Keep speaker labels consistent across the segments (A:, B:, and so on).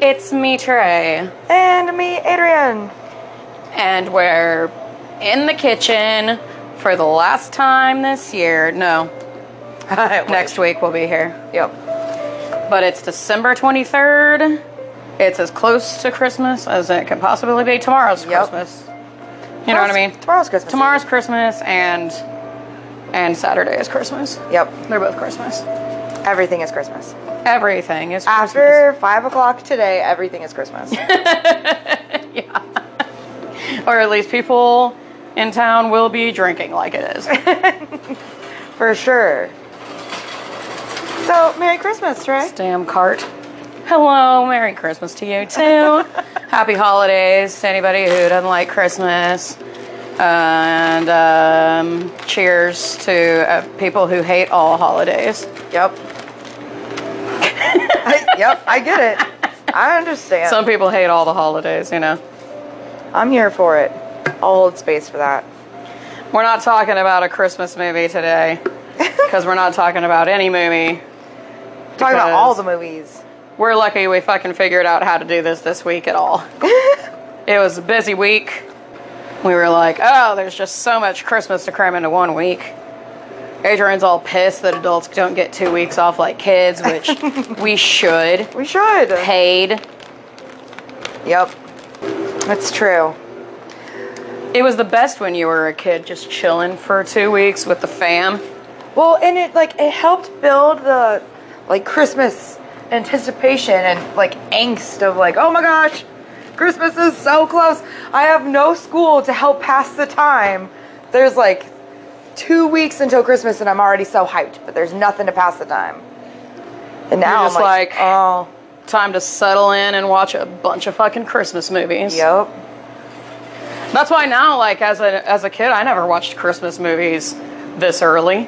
A: It's me, Trey.
B: And me, Adrian.
A: And we're in the kitchen for the last time this year. No, next week we'll be here.
B: Yep.
A: But it's December 23rd. It's as close to Christmas as it could possibly be. Tomorrow's
B: Yep.
A: Christmas. You know what I mean?
B: Tomorrow's Christmas.
A: Tomorrow's Christmas and and Saturday is Christmas.
B: Yep.
A: They're both Christmas.
B: Everything is Christmas.
A: Everything is Christmas.
B: After five o'clock today, everything is Christmas.
A: or at least people in town will be drinking like it is.
B: For sure. So, Merry Christmas, Trey.
A: Damn cart. Hello, Merry Christmas to you too. Happy holidays to anybody who doesn't like Christmas. And um, cheers to uh, people who hate all holidays.
B: Yep. I, yep, I get it. I understand.
A: Some people hate all the holidays, you know.
B: I'm here for it. I'll hold space for that.
A: We're not talking about a Christmas movie today because we're not talking about any movie.
B: Talking about all
A: Because-
B: the movies.
A: We're lucky we fucking figured out how to do this this week at all. it was a busy week. We were like, oh, there's just so much Christmas to cram into one week. Adrian's all pissed that adults don't get two weeks off like kids, which we should.
B: We should.
A: Paid.
B: Yep. That's true.
A: It was the best when you were a kid, just chilling for two weeks with the fam.
B: Well, and it like it helped build the like Christmas anticipation and like angst of like, oh my gosh, Christmas is so close. I have no school to help pass the time. There's like two weeks until Christmas and I'm already so hyped, but there's nothing to pass the time. And now
A: just
B: I'm like,
A: like-
B: oh,
A: Time to settle in and watch a bunch of fucking Christmas movies.
B: yep,
A: That's why now, like as a as a kid, I never watched Christmas movies this early.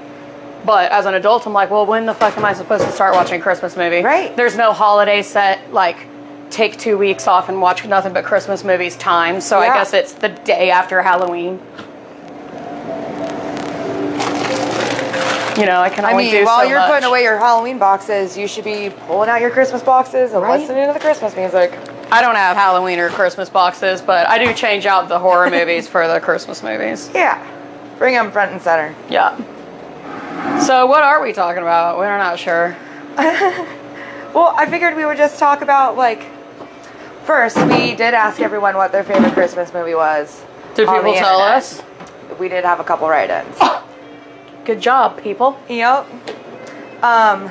A: But as an adult, I'm like, well, when the fuck am I supposed to start watching Christmas movie?
B: Right.
A: There's no holiday set like take two weeks off and watch nothing but Christmas movies time. So I
B: Yeah.
A: guess it's the day after Halloween. You know, I can
B: I
A: only
B: mean,
A: do
B: while
A: so
B: you're
A: much.
B: putting away your Halloween boxes, you should be pulling out your Christmas boxes and
A: Right?
B: listening to the Christmas music.
A: I don't have Halloween or Christmas boxes, but I do change out the horror movies for the Christmas movies.
B: Yeah, bring them front and center.
A: Yeah. So what are we talking about? We're not sure.
B: Well, I figured we would just talk about like. First, we did ask everyone what their favorite Christmas movie was.
A: Did
B: on
A: people
B: the
A: tell
B: internet.
A: us?
B: We did have a couple write-ins.
A: Good job, people.
B: yep. Um.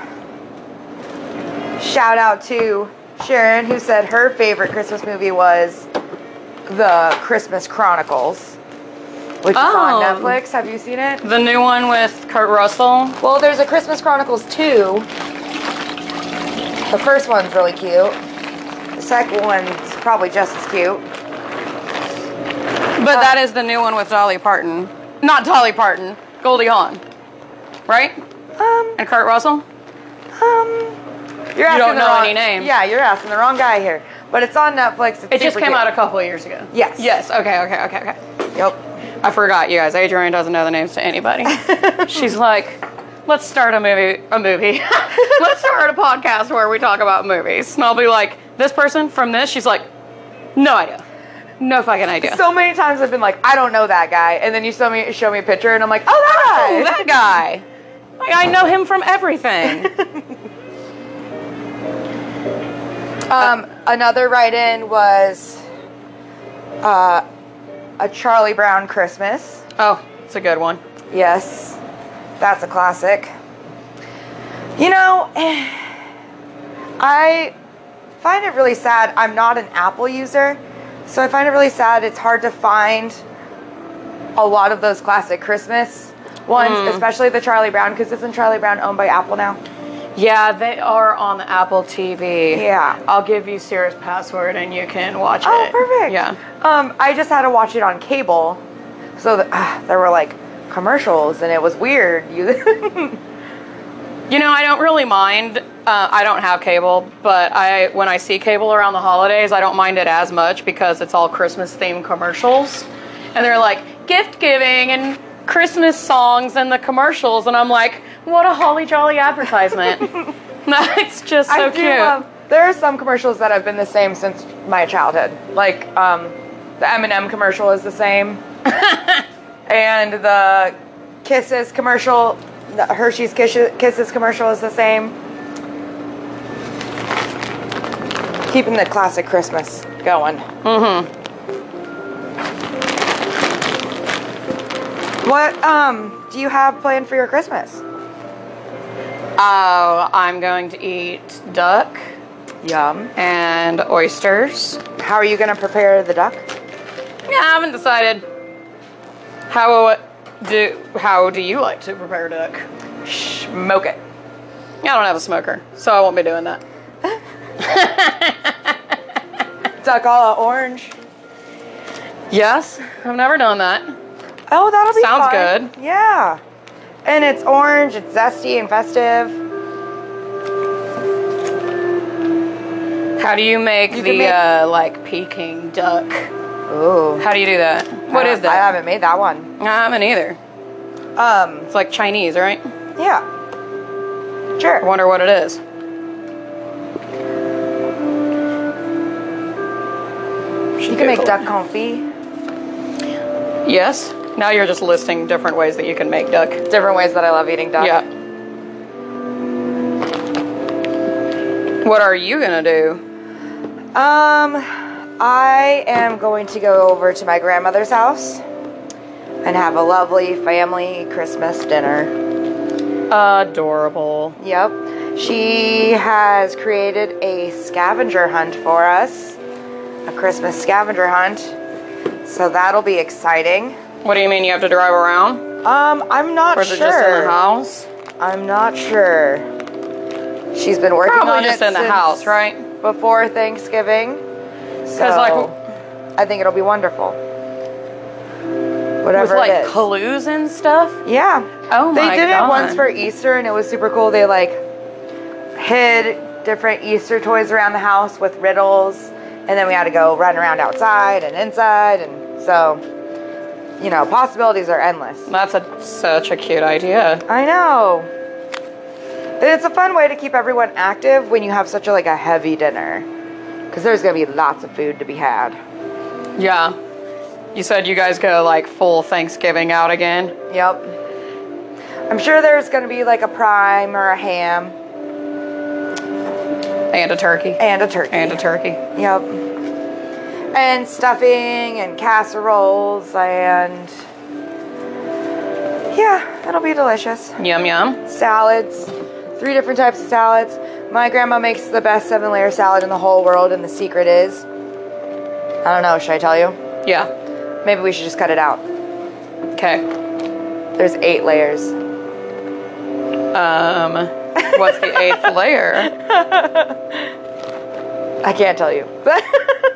B: Shout out to Sharon who said her favorite Christmas movie was The Christmas Chronicles, which
A: Oh.
B: is on Netflix. Have you seen it?
A: The new one with Kurt Russell.
B: Well, there's a Christmas Chronicles 2. The first one's really cute. The second one's probably just as cute.
A: But that is the new one with Dolly Parton. Not Dolly Parton. Goldie Hawn. Right?
B: Um,
A: And Kurt Russell?
B: um, you're asking
A: don't
B: the
A: know
B: wrong,
A: any names.
B: Yeah, you're asking the wrong guy here. But it's on Netflix. It's
A: It just
B: super
A: came
B: cute.
A: out a couple of years ago.
B: Yes.
A: Yes. Okay, okay, okay, okay.
B: Yep.
A: I forgot you guys. Adrian doesn't know the names to anybody. She's like, let's start a movie a movie. let's start a podcast where we talk about movies. And I'll be like, this person from this, she's like, no idea. No fucking idea.
B: So many times I've been like, I don't know that guy, and then you show me show me a picture, and I'm like, oh
A: Oh,
B: that
A: that
B: guy.
A: guy. Like, I know him from everything.
B: Um, another write-in was, uh, a Charlie Brown Christmas.
A: oh, it's a good one.
B: Yes, that's a classic. You know, I find it really sad. I'm not an Apple user, so I find it really sad. It's hard to find a lot of those classic Christmas ones, especially the Charlie Brown, because isn't Charlie Brown owned by Apple now?
A: Yeah, they are on the Apple TV.
B: Yeah.
A: I'll give you Sarah's password and you can watch
B: Oh,
A: it.
B: perfect.
A: Yeah.
B: Um, I just had to watch it on cable, so that, ah, there were like commercials, and it was weird. You.
A: You know, I don't really mind. Uh, I don't have cable, but I when I see cable around the holidays, I don't mind it as much because it's all Christmas themed commercials, and they're like gift giving and Christmas songs and the commercials, and I'm like, what a holly jolly advertisement! it's just so
B: I do
A: cute.
B: love There are some commercials that have been the same since my childhood. Like um, the M&M commercial is the same, and the Kisses commercial, the Hershey's Kisses, Kisses commercial is the same. Keeping the classic Christmas going. Mm-hmm. What um, do you have planned for your Christmas?
A: Uh, I'm going to eat duck
B: Yum.
A: and oysters.
B: How are you gonna prepare the duck?
A: Yeah, I haven't decided. How do how do you like to prepare duck?
B: Smoke it.
A: I don't have a smoker, so I won't be doing that.
B: Duck all orange.
A: Yes, I've never done that.
B: Oh, that'll be
A: Sounds
B: fun.
A: good.
B: Yeah. And it's orange, it's zesty and festive.
A: How do you make
B: You can
A: the
B: make-
A: uh, like Peking duck?
B: Ooh.
A: How do you do that? What is
B: Uh, I
A: that?
B: haven't made that one.
A: I haven't either.
B: Um,
A: It's like Chinese, right?
B: yeah. Sure.
A: I wonder what it is.
B: you can make duck confit.
A: Yes. Now you're just listing different ways that you can make duck.
B: Different ways that I love eating duck.
A: Yeah. What are you gonna do?
B: Um, I am going to go over to my grandmother's house and have a lovely family Christmas dinner.
A: Adorable.
B: Yep. She has created a scavenger hunt for us, a Christmas scavenger hunt. So that'll be exciting.
A: What do you mean you have to drive around?
B: Um, I'm not
A: Or is
B: sure.
A: it just in the house?
B: I'm not sure. She's been working
A: Probably
B: on
A: just
B: it
A: in the
B: since
A: house, right?
B: Before Thanksgiving. So
A: like, w-
B: I think it'll be wonderful.
A: With
B: Whatever it
A: like
B: is.
A: clues and stuff?
B: yeah.
A: Oh
B: They
A: my god.
B: did it once for Easter and it was super cool. They like hid different Easter toys around the house with riddles and then we had to go run around outside and inside and so you know, possibilities are endless.
A: That's a, such a cute idea.
B: I know. It's a fun way to keep everyone active when you have such a like a heavy dinner. Cuz there's going to be lots of food to be had.
A: Yeah. You said you guys go like full Thanksgiving out again.
B: Yep. I'm sure there's going to be like a prime or a ham
A: And a turkey.
B: and a turkey.
A: And a turkey.
B: Yep. And stuffing and casseroles and yeah, it'll be delicious.
A: Yum yum.
B: Salads, three different types of salads. My grandma makes the best seven layer salad in the whole world, and the secret is I don't know, should I tell you?
A: Yeah.
B: Maybe we should just cut it out.
A: Okay.
B: There's eight layers.
A: Um what's the eighth layer?
B: I can't tell you.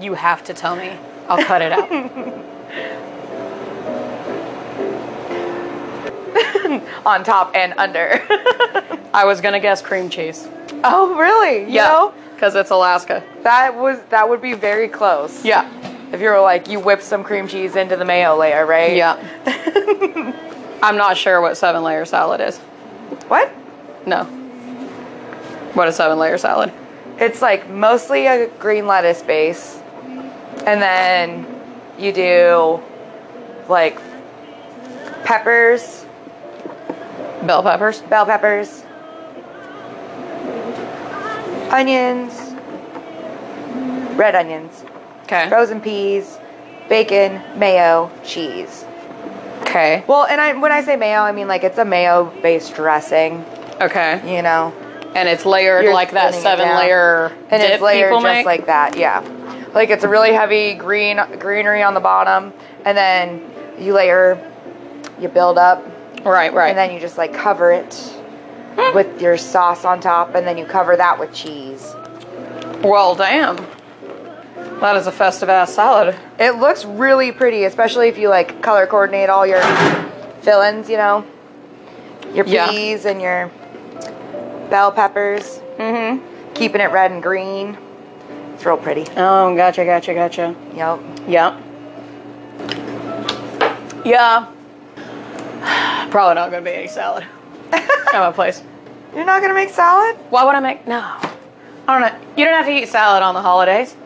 A: You have to tell me. I'll cut it out.
B: On top and under.
A: I was gonna guess cream cheese.
B: oh, really? You know?
A: because it's Alaska.
B: That was that would be very close.
A: Yeah,
B: If you were like you whip some cream cheese into the mayo layer, right?
A: yeah. I'm not sure what seven layer salad is.
B: What?
A: No. What is seven layer salad?
B: It's like mostly a green lettuce base. And then you do like peppers,
A: Bell peppers.
B: bell peppers, onions, red onions,
A: Okay.
B: frozen peas, bacon, mayo, cheese.
A: Okay.
B: Well, and I when I say mayo, I mean like it's a mayo-based dressing,
A: Okay.
B: you know.
A: And it's layered
B: You're
A: like that
B: thinning it
A: seven
B: down.
A: layer
B: and
A: dip
B: it's layered
A: people
B: just
A: make.
B: like that. Yeah, like it's a really heavy green greenery on the bottom, and then you layer, you build up,
A: right, right. Hmm.
B: and then you just like cover it with your sauce on top, and then you cover that with cheese.
A: well, damn. That is a festive ass salad.
B: It looks really pretty, especially if you like color coordinate all your fillings. You know, your
A: Yeah.
B: peas and your bell peppers, mm-hmm. keeping it red and green. It's real pretty.
A: Oh, gotcha, gotcha, gotcha.
B: Yep.
A: Yeah. Yeah. Probably not gonna be any salad. At my place.
B: You're not gonna make salad?
A: Why would I make no? I don't know. You don't have to eat salad on the holidays.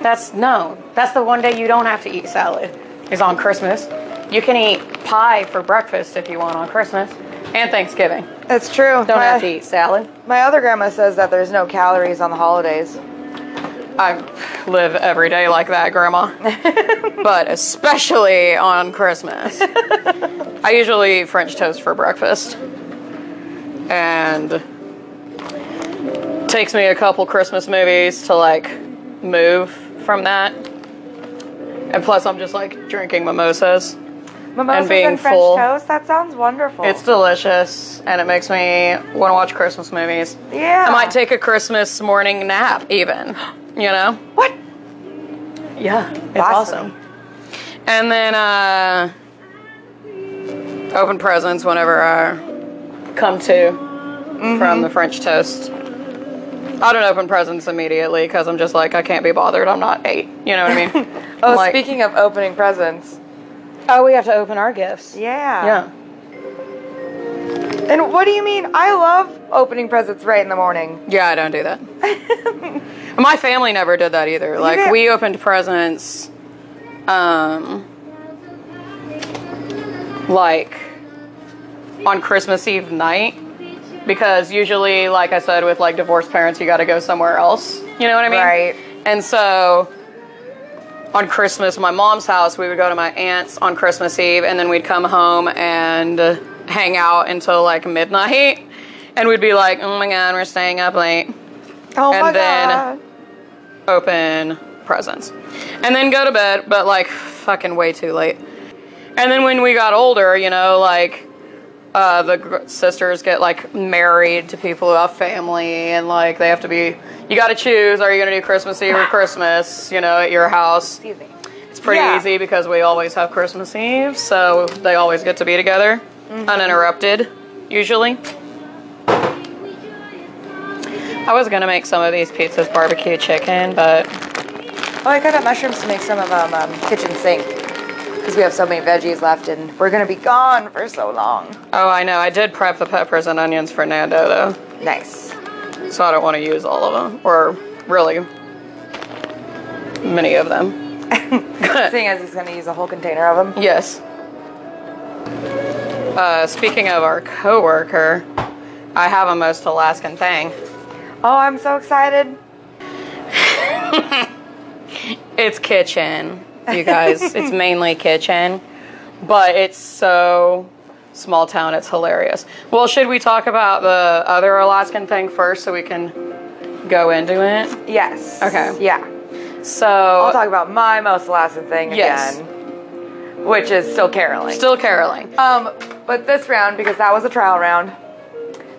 A: That's no. That's the one day you don't have to eat salad. Is on Christmas. You can eat pie for breakfast if you want on Christmas and Thanksgiving.
B: That's true.
A: Don't
B: my,
A: have to eat salad.
B: My other grandma says that there's no calories on the holidays.
A: I live every day like that, Grandma. but especially on Christmas. I usually eat French toast for breakfast. And takes me a couple Christmas movies to like move from that. And plus I'm just like drinking mimosas.
B: Mimosas and,
A: being
B: French
A: full.
B: toast. That sounds wonderful.
A: It's delicious and it makes me want to watch Christmas movies.
B: yeah.
A: I might take a Christmas morning nap even, you know?
B: what?
A: Yeah, it's
B: Awesome.
A: awesome. And then uh, open presents whenever I come to from the French toast. I don't open presents immediately because I'm just like I can't be bothered. I'm not eight. You know what I mean?
B: Oh,
A: I'm like,
B: speaking of opening presents.
A: Oh, we have to open our gifts.
B: Yeah.
A: Yeah.
B: And what do you mean? I love opening presents right in the morning.
A: Yeah, I don't do that. My family never did that either. Like
B: did-
A: we opened presents um like on Christmas Eve night because usually like I said with like divorced parents you got to go somewhere else. You know what I mean?
B: Right.
A: And so on Christmas, my mom's house, we would go to my aunt's on Christmas Eve, and then we'd come home and hang out until like midnight. And we'd be like, oh my god, we're staying up late,
B: Oh
A: And
B: my
A: then-
B: god.
A: open presents. And then go to bed, but like fucking way too late. And then when we got older, you know, like uh, the gr- sisters get like married to people who have family, and like they have to be, you gotta choose, are you gonna do Christmas Eve or Christmas, you know, at your house?
B: Excuse me.
A: It's pretty
B: Yeah.
A: easy because we always have Christmas Eve, so they always get to be together, uninterrupted, usually. I was gonna make some of these pizzas barbecue chicken, but
B: Oh, I cut up mushrooms to make some of um, um kitchen sink because we have so many veggies left, and we're gonna be gone for so long.
A: oh, I know I did prep the peppers and onions for Nando
B: Nice.
A: though, so I don't want to use all of them or really many of them.
B: Seeing as he's gonna use a whole container of them.
A: Yes. Uh, speaking of our coworker, I have a most Alaskan thing.
B: Oh, I'm so excited.
A: It's kitchen, you guys. it's mainly kitchen, but it's so small town. It's hilarious. Well, should we talk about the other Alaskan thing first so we can go into it?
B: Yes.
A: Okay.
B: Yeah.
A: So,
B: I'll talk about my most Alaskan thing
A: Yes.
B: again, which is still caroling.
A: still caroling.
B: Um, but this round, because that was a trial round,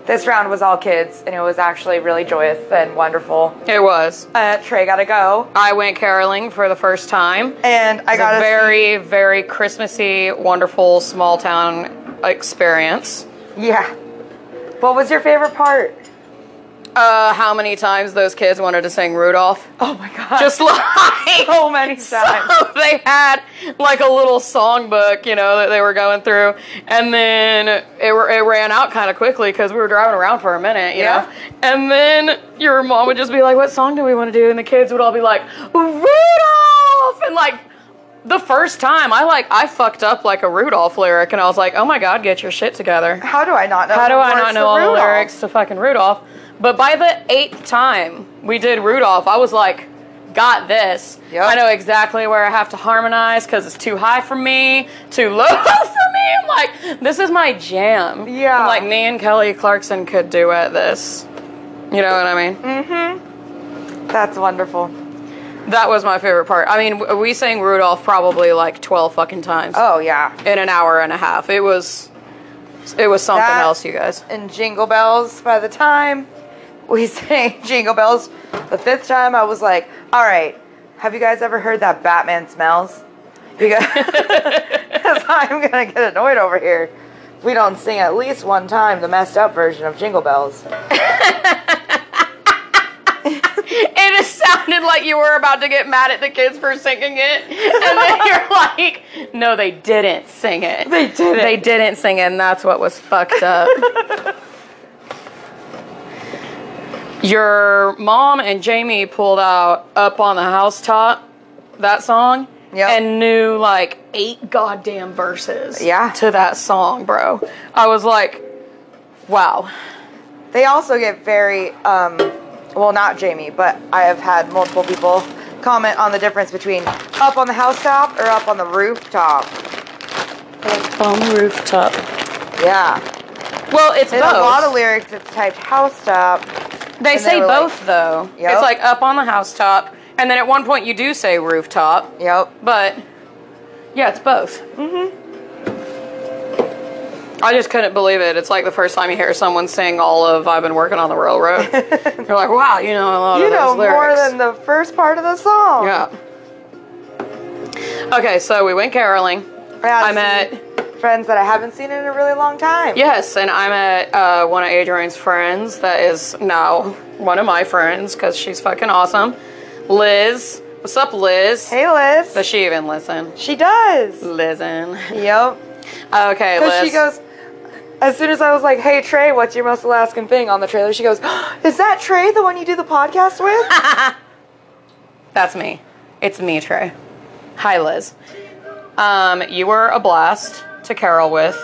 B: this round was all kids, and it was actually really joyous and wonderful.
A: It was.
B: Uh, Trey got to go,
A: I went caroling for the first time.
B: and I
A: It's
B: got
A: a
B: to
A: very, very Christmassy, wonderful small town experience.
B: see- yeah. What was your favorite part?
A: Uh, how many times those kids wanted to sing Rudolph?
B: Oh my god!
A: Just like
B: so many times.
A: So they had like a little songbook, you know, that they were going through, and then it, were- it ran out kind of quickly because we were driving around for a minute, you
B: Yeah.
A: know. And then your mom would just be like, "What song do we want to do?" And the kids would all be like, "Rudolph!" And like the first time, I like I fucked up like a Rudolph lyric, and I was like, "Oh my god, get your shit together."
B: How do I not know?
A: How do
B: the
A: I
B: words
A: not
B: to
A: know all the
B: Rudolph?
A: lyrics to fucking Rudolph? But by the eighth time we did Rudolph, I was like, got this.
B: Yep.
A: I know exactly where I have to harmonize because it's too high for me, too low for me. I'm like, this is my jam.
B: Yeah.
A: I'm like, me and Kelly Clarkson could duet this. You know what I mean?
B: Mm. That's wonderful.
A: That was my favorite part. I mean, w- we sang Rudolph probably like 12 fucking times
B: Oh yeah.
A: in an hour and a half. It was, it was something
B: That-
A: else, you guys.
B: And Jingle Bells. By the time we sang Jingle Bells, the fifth time I was like, "All right, have you guys ever heard that Batman smells?" Because 'cause I'm gonna get annoyed over here. if We don't sing at least one time the messed up version of Jingle Bells.
A: It just sounded like you were about to get mad at the kids for singing it. And then you're like, no, they didn't sing it.
B: They didn't.
A: They didn't sing it, and that's what was fucked up. Your mom and Jamie pulled out Up on the Housetop, that song,
B: Yep.
A: and knew like eight goddamn verses
B: Yeah.
A: to that song, bro. I was like, wow.
B: They also get very, um, well, not Jamie, but I have had multiple people comment on the difference between up on the housetop or up on the rooftop.
A: Up on the rooftop.
B: Yeah.
A: Well, it's
B: There's
A: both.
B: a lot of lyrics that's typed housetop.
A: They
B: And they
A: say
B: were like-
A: both though.
B: Yep.
A: It's like up on the housetop, and then at one point you do say rooftop,
B: Yep.
A: but yeah, it's both. Mm-hmm. I just couldn't believe it. It's like the first time you hear someone sing all of "I've been working on the railroad." You're like, wow, you know a lot
B: You
A: of those
B: know
A: lyrics.
B: more than the first part of the song.
A: yeah. Okay, so we went caroling.
B: Yeah,
A: I
B: see
A: met-
B: friends that I haven't seen in a really long time.
A: Yes, and I'm at uh, one of Adrian's friends that is now one of my friends because she's fucking awesome. Liz. What's up, Liz?
B: Hey, Liz.
A: Does she even listen?
B: she does.
A: Listen.
B: Yep.
A: Okay, Liz.
B: Because she goes, as soon as I was like, hey, Trey, what's your most Alaskan thing on the trailer? She goes, is that Trey, the one you do the podcast with?
A: That's me. It's me, Trey. Hi, Liz. Um, you were a blast to carol with,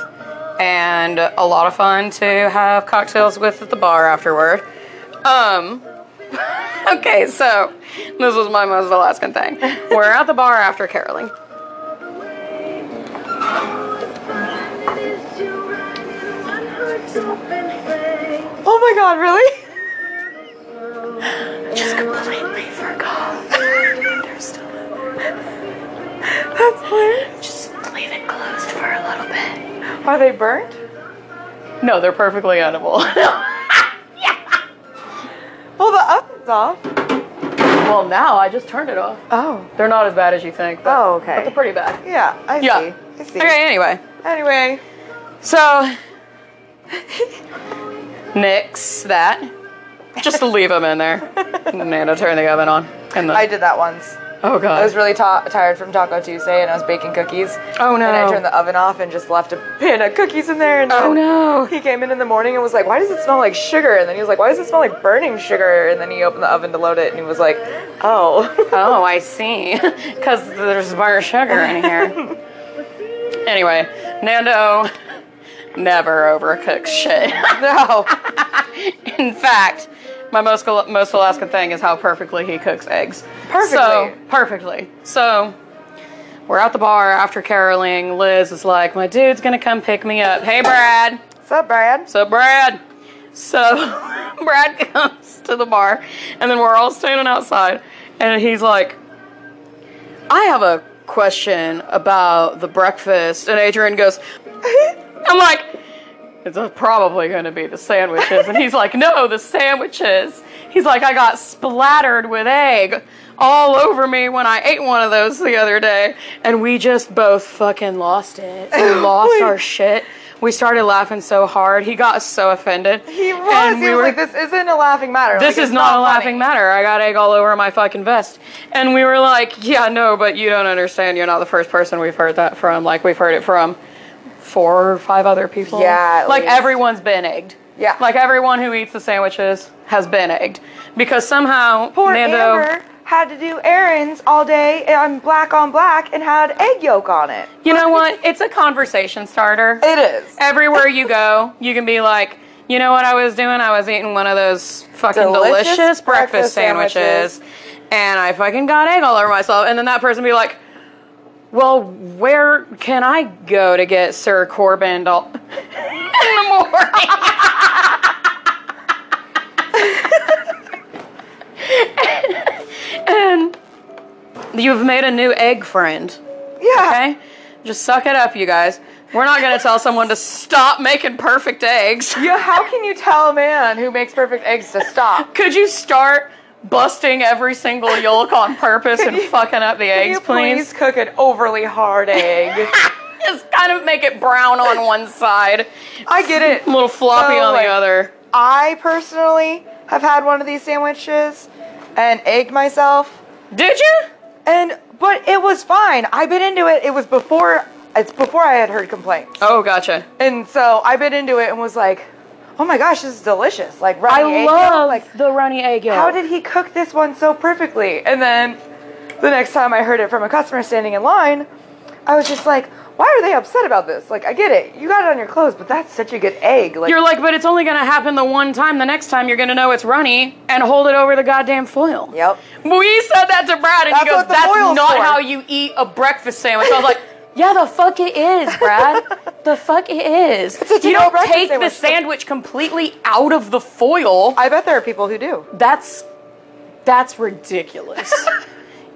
A: and a lot of fun to have cocktails with at the bar afterward. Um, okay, so this was my most Alaskan thing. We're at the bar after caroling.
B: oh my God, really?
A: Just completely forgot. They're still in
B: That's hilarious.
A: Just leave it closed for a little bit.
B: Are they burnt?
A: No, they're perfectly edible.
B: Well, the oven's off.
A: well, now I just turned it off.
B: Oh.
A: They're not as bad as you think. But,
B: Oh, okay.
A: But they're pretty bad.
B: Yeah, I
A: Yeah.
B: see. I see.
A: Okay, anyway.
B: Anyway,
A: So, nix that. Just leave them in there. Nana, turn the oven on. And the,
B: I did that once.
A: oh, God.
B: I was really ta- tired from Taco Tuesday and I was baking cookies.
A: Oh, no.
B: And I turned the oven off and just left a pan of cookies in there. And
A: oh,
B: then
A: no.
B: He came in in the morning and was like, "Why does it smell like sugar?" And then he was like, "Why does it smell like burning sugar?" And then he opened the oven to load it and he was like, "Oh,
A: Oh, I see. Because there's bar sugar in here. anyway, Nando never overcooks shit.
B: no."
A: in fact, my most Al- most Alaskan thing is how perfectly he cooks eggs.
B: Perfectly.
A: So, perfectly. So we're at the bar after caroling. Liz is like, "My dude's gonna come pick me up." Hey, Brad.
B: What's up, Brad?
A: So Brad. So Brad comes to the bar, and then we're all standing outside, and he's like, I have a question about the breakfast. And Adrian goes, I'm like, it's probably going to be the sandwiches. And he's like, no, the sandwiches. He's like, I got splattered with egg all over me when I ate one of those the other day. And we just both fucking lost it. We lost our shit. We started laughing so hard. He got so offended.
B: He was.
A: And
B: he
A: we
B: was
A: were-
B: like, "This isn't a laughing matter.
A: this
B: Like,
A: is
B: it's
A: not, a
B: funny."
A: laughing matter. I got egg all over my fucking vest. And we were like, yeah, no, but you don't understand. You're not the first person we've heard that from. Like, we've heard it from four or five other people.
B: Yeah, at
A: Like,
B: least.
A: everyone's been egged.
B: Yeah.
A: Like, everyone who eats the sandwiches has been egged. Because somehow,
B: Poor
A: Nando.
B: Amber had to do errands all day on black on black and had egg yolk on it.
A: You know what? It's a conversation starter.
B: It is
A: Everywhere you go, you can be like, you know what I was doing? I was eating one of those fucking delicious,
B: Delicious
A: breakfast,
B: breakfast
A: sandwiches, and I fucking got egg all over myself. And then that person be like, well, where can I go to get Sir Corbin doll- in the morning? and you've made a new egg friend.
B: Yeah.
A: Okay? Just suck it up, you guys. We're not gonna tell someone to stop making perfect eggs.
B: Yeah, how can you tell a man who makes perfect eggs to stop?
A: Could you start busting every single yolk on purpose and fucking up the
B: Can
A: eggs,
B: you please
A: please?
B: cook an overly hard egg?
A: Just kind of make it brown on one side,
B: I get it.
A: a little floppy
B: So,
A: on
B: like,
A: the other.
B: I personally have had one of these sandwiches and egged myself.
A: Did you?
B: And but it was fine. I bit into it. It was before it's before I had heard complaints.
A: Oh, gotcha.
B: And so I bit into it and was like, oh my gosh, this is delicious. Like runny
A: I
B: egg yolk,
A: love
B: like
A: the runny egg yolk.
B: how did he cook this one so perfectly? And then the next time I heard it from a customer standing in line, I was just like, why are they upset about this? Like, I get it. You got it on your clothes, but that's such a good egg. Like,
A: You're like, but it's only gonna happen the one time. The next time you're gonna know it's runny and hold it over the goddamn foil.
B: yep.
A: We said that to Brad, and
B: That's
A: he goes,
B: what the
A: "That's
B: foil's
A: not
B: for."
A: how you eat a breakfast sandwich." I was like, "Yeah, the fuck it is, Brad. the fuck it is.
B: a
A: you
B: Tito
A: don't
B: breakfast
A: take the
B: sandwich.
A: sandwich completely out of the foil.
B: I bet there are people who do.
A: That's that's ridiculous.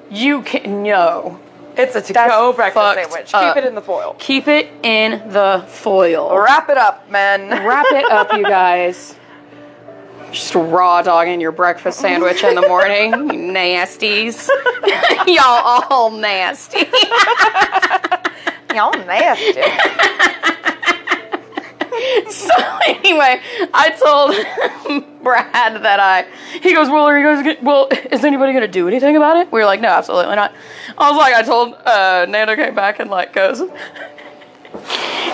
A: you can no."
B: It's a
A: That's
B: to-go breakfast
A: fucked
B: sandwich.
A: up.
B: Keep it in the foil.
A: Keep it in the foil.
B: Wrap it up, man.
A: Wrap it up, you guys. Just raw dogging your breakfast sandwich in the morning, you nasties. Y'all all nasty.
B: Y'all nasty.
A: So anyway, I told Brad that I. He goes, well, are you guys? Gonna, well, is anybody gonna do anything about it? We were like, no, absolutely not. I was like, I told uh, Nando came back and like goes.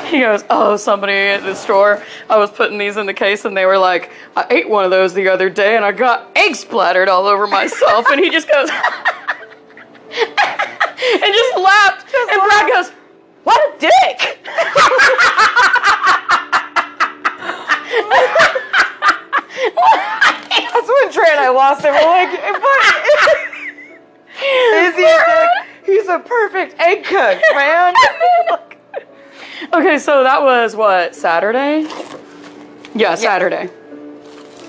A: He goes, oh, somebody at the store. I was putting these in the case, and they were like, I ate one of those the other day, and I got egg splattered all over myself. and he just goes, and just laughed. and Brad goes, what a dick.
B: That's when Trey and I lost it. We're like, but is he a dick? He's a perfect egg cook, man.
A: Okay, so that was what Saturday. Yeah, Saturday.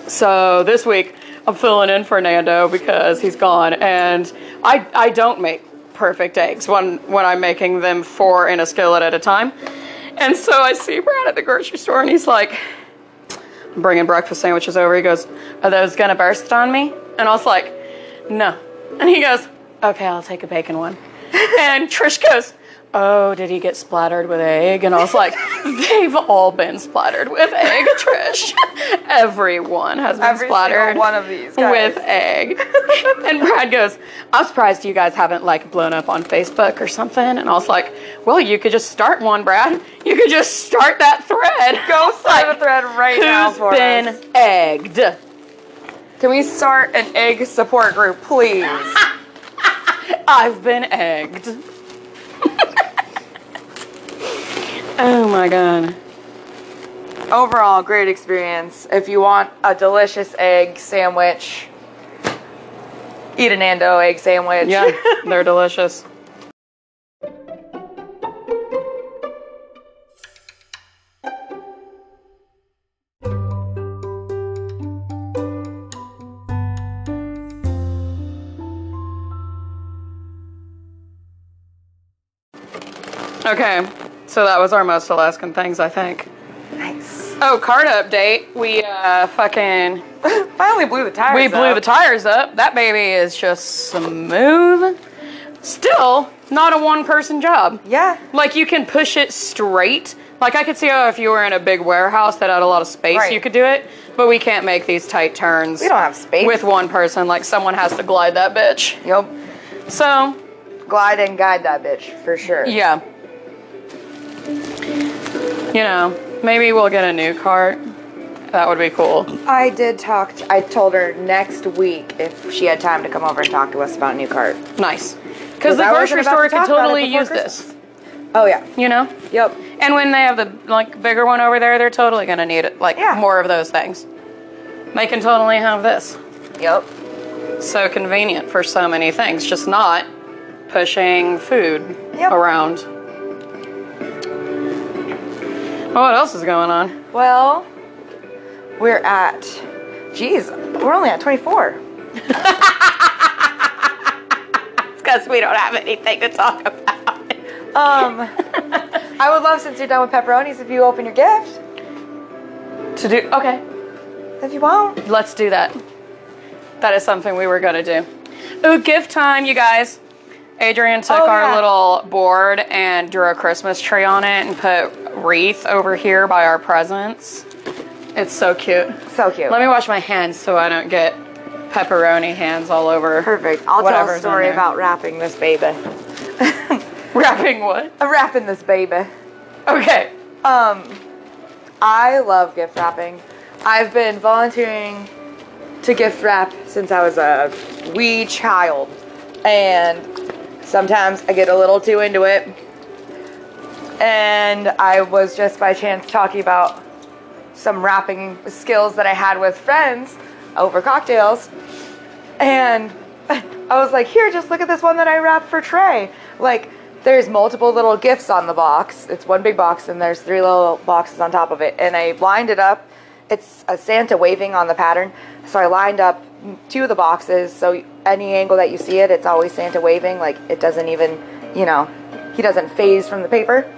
A: So this week I'm filling in for Nando because he's gone, and I I don't make perfect eggs when when I'm making them four in a skillet at a time. And so I see Brad at the grocery store, and he's like bringing breakfast sandwiches over. He goes, "Are those gonna burst on me?" And I was like, "No." And he goes, "Okay, I'll take a bacon one." and Trish goes, "Oh, did he get splattered with egg?" And I was like, "They've all been splattered with egg, Trish. Everyone has been
B: Every single
A: splattered
B: one of these guys.
A: with egg." and Brad goes, "I'm surprised you guys haven't like blown up on Facebook or something." And I was like, "Well, you could just start one, Brad. You could just start that thread.
B: Go start a thread right now
A: Who's
B: for
A: been
B: us.
A: egged?"
B: Can we start an egg support group, please?
A: I've been egged. oh my god.
B: Overall, great experience. If you want a delicious egg sandwich, eat an Ando egg sandwich.
A: Yeah, they're delicious. Okay, so that was our most Alaskan things, I think.
B: nice.
A: Oh, card update. We uh, fucking
B: Finally blew the tires.
A: we blew
B: up.
A: the tires up. That baby is just smooth. Still not a one person job.
B: Yeah.
A: Like you can push it straight. Like I could see how if you were in a big warehouse that had a lot of space,
B: Right.
A: you could do it. But we can't make these tight turns.
B: We don't have space.
A: with one person. Like someone has to glide that bitch.
B: Yup.
A: So
B: Glide and guide that bitch for sure.
A: yeah. You know, maybe we'll get a new cart. That would be cool.
B: I did talk. To, I told her next week if she had time to come over and talk to us about new cart.
A: Nice. Because the
B: I
A: grocery
B: wasn't about
A: store
B: to
A: could
B: talk about it
A: totally
B: before
A: use
B: Christmas.
A: this.
B: Oh yeah.
A: You know?
B: Yep.
A: And when they have the like bigger one over there, they're totally gonna need it, like
B: Yeah.
A: more of those things. They can totally have this.
B: Yep.
A: So convenient for so many things, just not pushing food
B: Yep.
A: around. Well, what else is going on?
B: Well, we're at. Jeez, we're only at 24.
A: Because we don't have anything to talk about.
B: Um, I would love since you're done with pepperonis if you open your gift.
A: To do okay.
B: If you won't,
A: Let's do that. That is something we were gonna do. Ooh, gift time, you guys. Adrian took
B: Oh,
A: our
B: yeah.
A: little board and drew a Christmas tree on it and put wreath over here by our presents. It's so cute.
B: so cute.
A: Let me wash my hands so I don't get pepperoni hands all over.
B: Perfect. I'll tell
A: whatever's
B: a
A: in
B: story
A: there.
B: about wrapping this baby. Uh,
A: wrapping what?
B: wrapping this baby.
A: Okay.
B: Um, I love gift wrapping. I've been volunteering to gift wrap since I was a wee child. And sometimes I get a little too into it. And I was just by chance talking about some rapping skills that I had with friends over cocktails. And I was like, here, just look at this one that I wrapped for Trey. Like, there's multiple little gifts on the box. It's one big box, and there's three little boxes on top of it. And I lined it up. It's a Santa waving on the pattern. So I lined up two of the boxes. So any angle that you see it, it's always Santa waving. Like, it doesn't even, you know, he doesn't phase from the paper.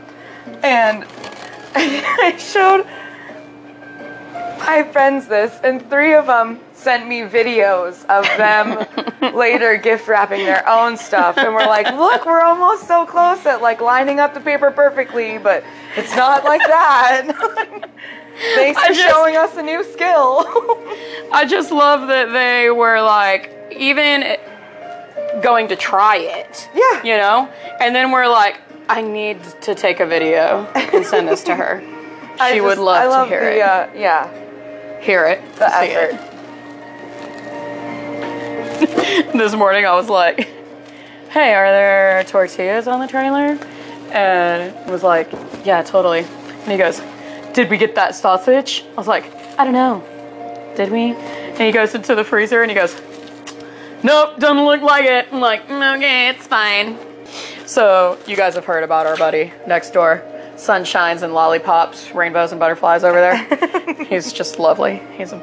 B: And I showed my friends this, and three of them sent me videos of them later gift wrapping their own stuff. And we're like, look, we're almost so close at like lining up the paper perfectly, but it's not like that. Thanks
A: I
B: for
A: just-
B: showing us a new skill.
A: I just love that they were like, even going to try it.
B: Yeah.
A: You know? And then we're like, I need to take a video and send this to her. She
B: I
A: would
B: just-
A: love
B: I
A: to
B: love
A: hear
B: the,
A: it.
B: Uh, yeah,
A: hear it.
B: the
A: see it.
B: effort.
A: this morning I was like, hey, are there tortillas on the trailer? And was like, yeah, totally. And he goes, did we get that sausage? I was like, I don't know. Did we? And he goes into the freezer and he goes, nope, doesn't look like it. I'm like, "Mm, okay, it's fine. So you guys have heard about our buddy next door. Sunshines and lollipops, rainbows and butterflies over there. He's just lovely. He's a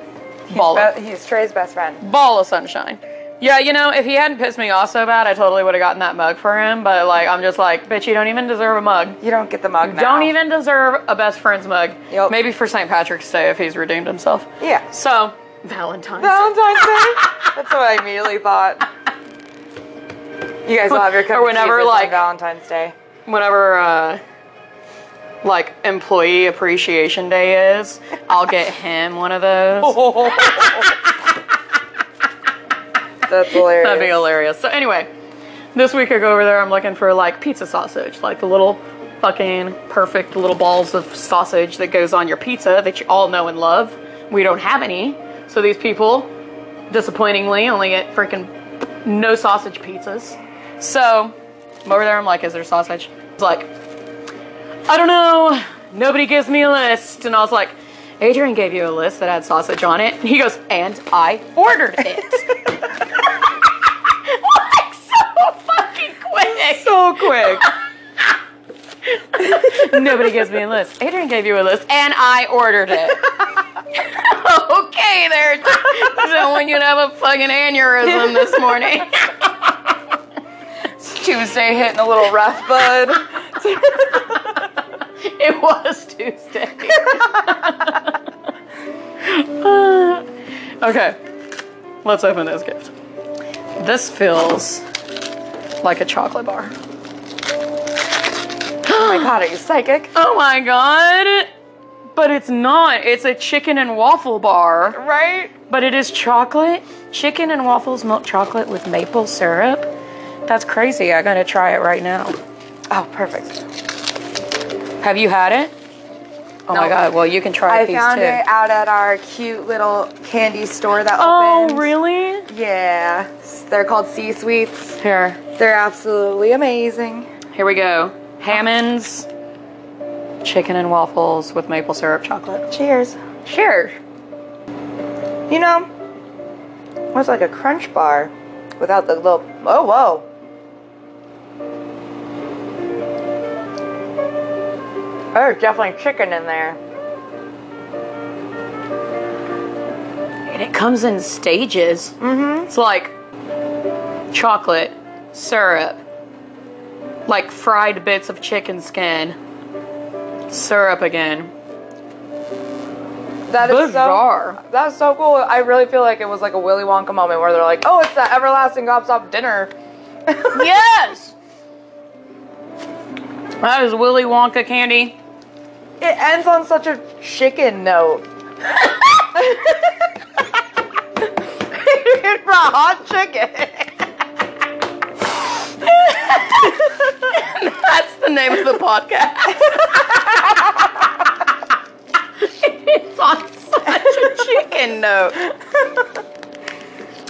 A: ball of
B: But he's Trey's best friend.
A: ball of sunshine. Yeah, you know, if he hadn't pissed me off so bad, I totally would have gotten that mug for him. But like, I'm just like, bitch, you don't even deserve a mug.
B: You don't get the mug now.
A: Don't even deserve a best friend's mug.
B: Yep.
A: Maybe for St. Patrick's Day if he's redeemed himself.
B: Yeah.
A: So Valentine's.
B: Valentine's Day. That's what I immediately thought. You guys will have your cup
A: Or whenever,
B: of cheeses on
A: like-
B: Valentine's Day.
A: Whenever uh, like Employee Appreciation Day is, I'll get him one of those.
B: That's hilarious.
A: That'd be hilarious. So anyway, this week I go over there. I'm looking for like pizza sausage, like the little fucking perfect little balls of sausage that goes on your pizza that you all know and love. We don't have any, so these people disappointingly only get freaking no sausage pizzas. So I'm over there. I'm like, is there sausage? It's like, I don't know. Nobody gives me a list. And I was like, Adrian gave you a list that had sausage on it. And he goes, and I ordered it. like so fucking quick.
B: so quick.
A: Nobody gives me a list. Adrian gave you a list, and I ordered it. okay, there. So when you have a fucking aneurysm this morning.
B: Tuesday hitting a little rough, bud.
A: It was Tuesday. Uh, okay, let's open this gift. This feels like a chocolate bar.
B: oh my god, are you psychic?
A: Oh my god! But it's not. It's a chicken and waffle bar.
B: Right?
A: But it is chocolate, chicken and waffles, milk chocolate with maple syrup. That's crazy. I gotta try it right now.
B: Oh, perfect.
A: Have you had it? Oh my
B: No.
A: god! Well, you can try a
B: I
A: piece
B: found
A: too.
B: it out at our cute little candy store that
A: Oh
B: opened.
A: really?
B: Yeah. They're called Sea Sweets.
A: Here,
B: They're absolutely amazing.
A: here we go. Hammond's chicken and waffles with maple syrup chocolate.
B: Cheers.
A: Sure.
B: You know, it's like a crunch bar without the little. Oh, whoa. There's definitely chicken in there.
A: And it comes in stages. Mm-hmm. It's like chocolate, syrup, like fried bits of chicken skin, syrup again.
B: That is
A: Bizarre.
B: so. That's so cool. I really feel like it was like a Willy Wonka moment where they're like, "Oh, it's that everlasting gobstop dinner."
A: Yes! That is Willy Wonka candy.
B: It ends on such a chicken note. It's a hot chicken.
A: That's the name of the podcast. it's on such a fucking note.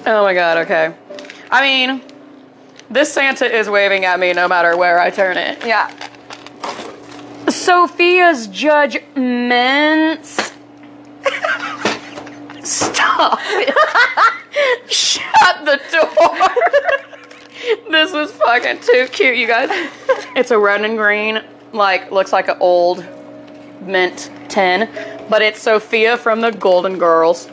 A: oh my god, okay. I mean, this Santa is waving at me no matter where I turn it.
B: Yeah.
A: Sophia's judgments. Stop. it. Shut the door. this was fucking too cute, you guys. It's a red and green, like, looks like an old mint tin, but it's Sophia from the Golden Girls.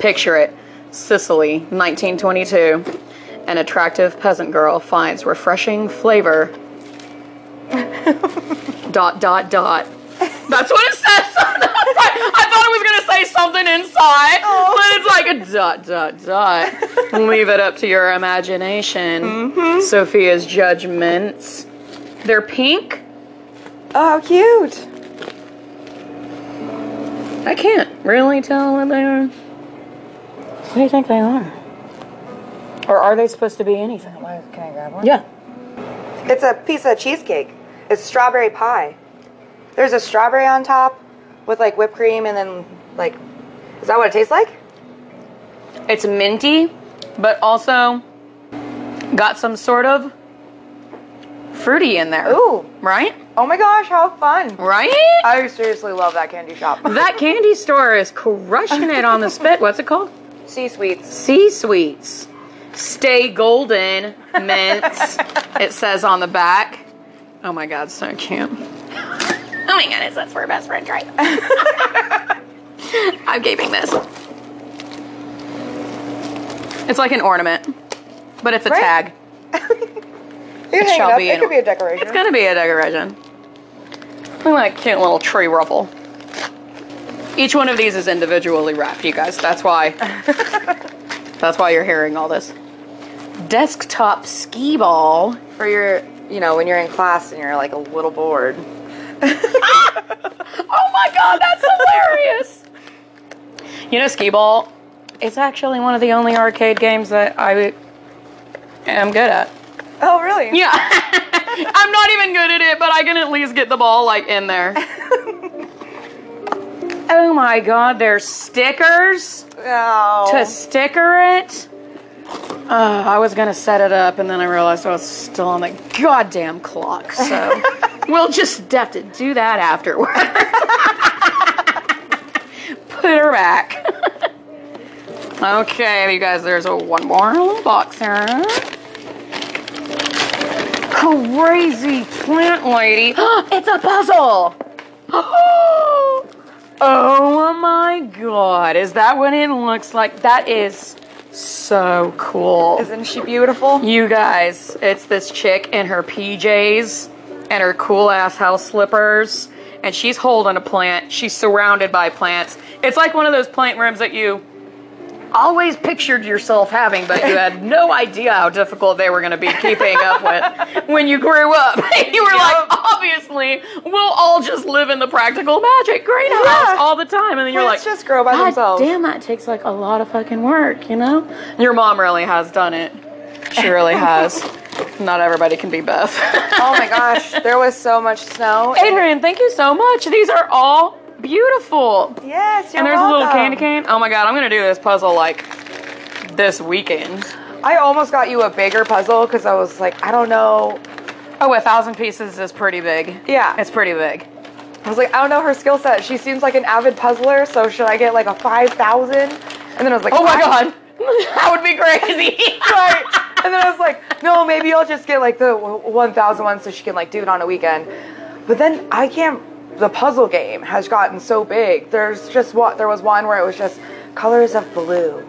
A: Picture it Sicily, 1922. An attractive peasant girl finds refreshing flavor. dot, dot, dot. That's what it says. on the front. I thought it was going to say something inside, but it's like a dot, dot, dot. Leave it up to your imagination. Sophia's judgments. They're pink.
B: Oh, how cute.
A: I can't really tell what they are. What do you think they are? Or are they supposed to be anything?
B: Can I grab one?
A: Yeah.
B: It's a piece of cheesecake. It's strawberry pie. There's a strawberry on top with like whipped cream and then like is that what it tastes like?
A: It's minty, but also got some sort of fruity in there.
B: Ooh.
A: Right?
B: Oh my gosh, how fun.
A: Right?
B: I seriously love that candy shop.
A: that candy store is crushing it on the spit. What's it called?
B: Sea sweets.
A: Sea sweets. Stay golden mints. it says on the back. Oh my god, so cute. oh my god, it says for best friend right. I'm keeping this. It's like an ornament, but it's a
B: Right.
A: tag.
B: You can
A: It
B: hang it
A: shall
B: up.
A: be
B: It
A: an-
B: could be a decoration.
A: It's gonna be a decoration. Look at that cute little tree ruffle. Each one of these is individually wrapped, you guys. That's why. that's why you're hearing all this. Desktop skee ball.
B: for your you know, when you're in class and you're like a little bored.
A: Oh my god, that's hilarious! You know, skee ball. It's actually one of the only arcade games that I am good at.
B: Oh really?
A: Yeah, I'm not even good at it, but I can at least get the ball like in there. oh my god, there's stickers
B: Oh.
A: to sticker it. Uh, I was gonna set it up, and then I realized I was still on the goddamn clock. So we'll just have to do that afterward. Put her back. okay, you guys. There's a one more little box here. Crazy plant lady. it's a puzzle. Oh my god, is that what it looks like? That is so cool.
B: Isn't she beautiful?
A: You guys, it's this chick in her PJs and her cool ass house slippers, and she's holding a plant. She's surrounded by plants. It's like one of those plant rooms that you always pictured yourself having, but you had no idea how difficult they were going to be keeping up with when you grew up. you were like, obviously, we'll all just live in the practical magic greenhouse
B: Yeah.
A: all the time, and then you're
B: Plants
A: like,
B: just grow by
A: God
B: themselves."
A: Damn, that takes like a lot of fucking work, you know? Your mom really has done it. She really has. Not everybody can be Beth.
B: oh my gosh, there was so much snow.
A: Adrian, thank you so much. These are all beautiful.
B: Yes, you're
A: and there's a little
B: welcome.
A: candy cane. Oh my god, I'm gonna do this puzzle like this weekend.
B: I almost got you a bigger puzzle because I was like, I don't know.
A: Oh, a thousand pieces is pretty big.
B: Yeah.
A: It's pretty big.
B: I was like, I don't know her skill set. She seems like an avid puzzler, so should I get like a 5,000? And then I was like,
A: Oh my
B: I-
A: god. that would be crazy.
B: Right. And then I was like, no, maybe I'll just get like the 1,000 one so she can like do it on a weekend. But then I can't. The puzzle game has gotten so big. There's just what there was one where it was just colors of blue.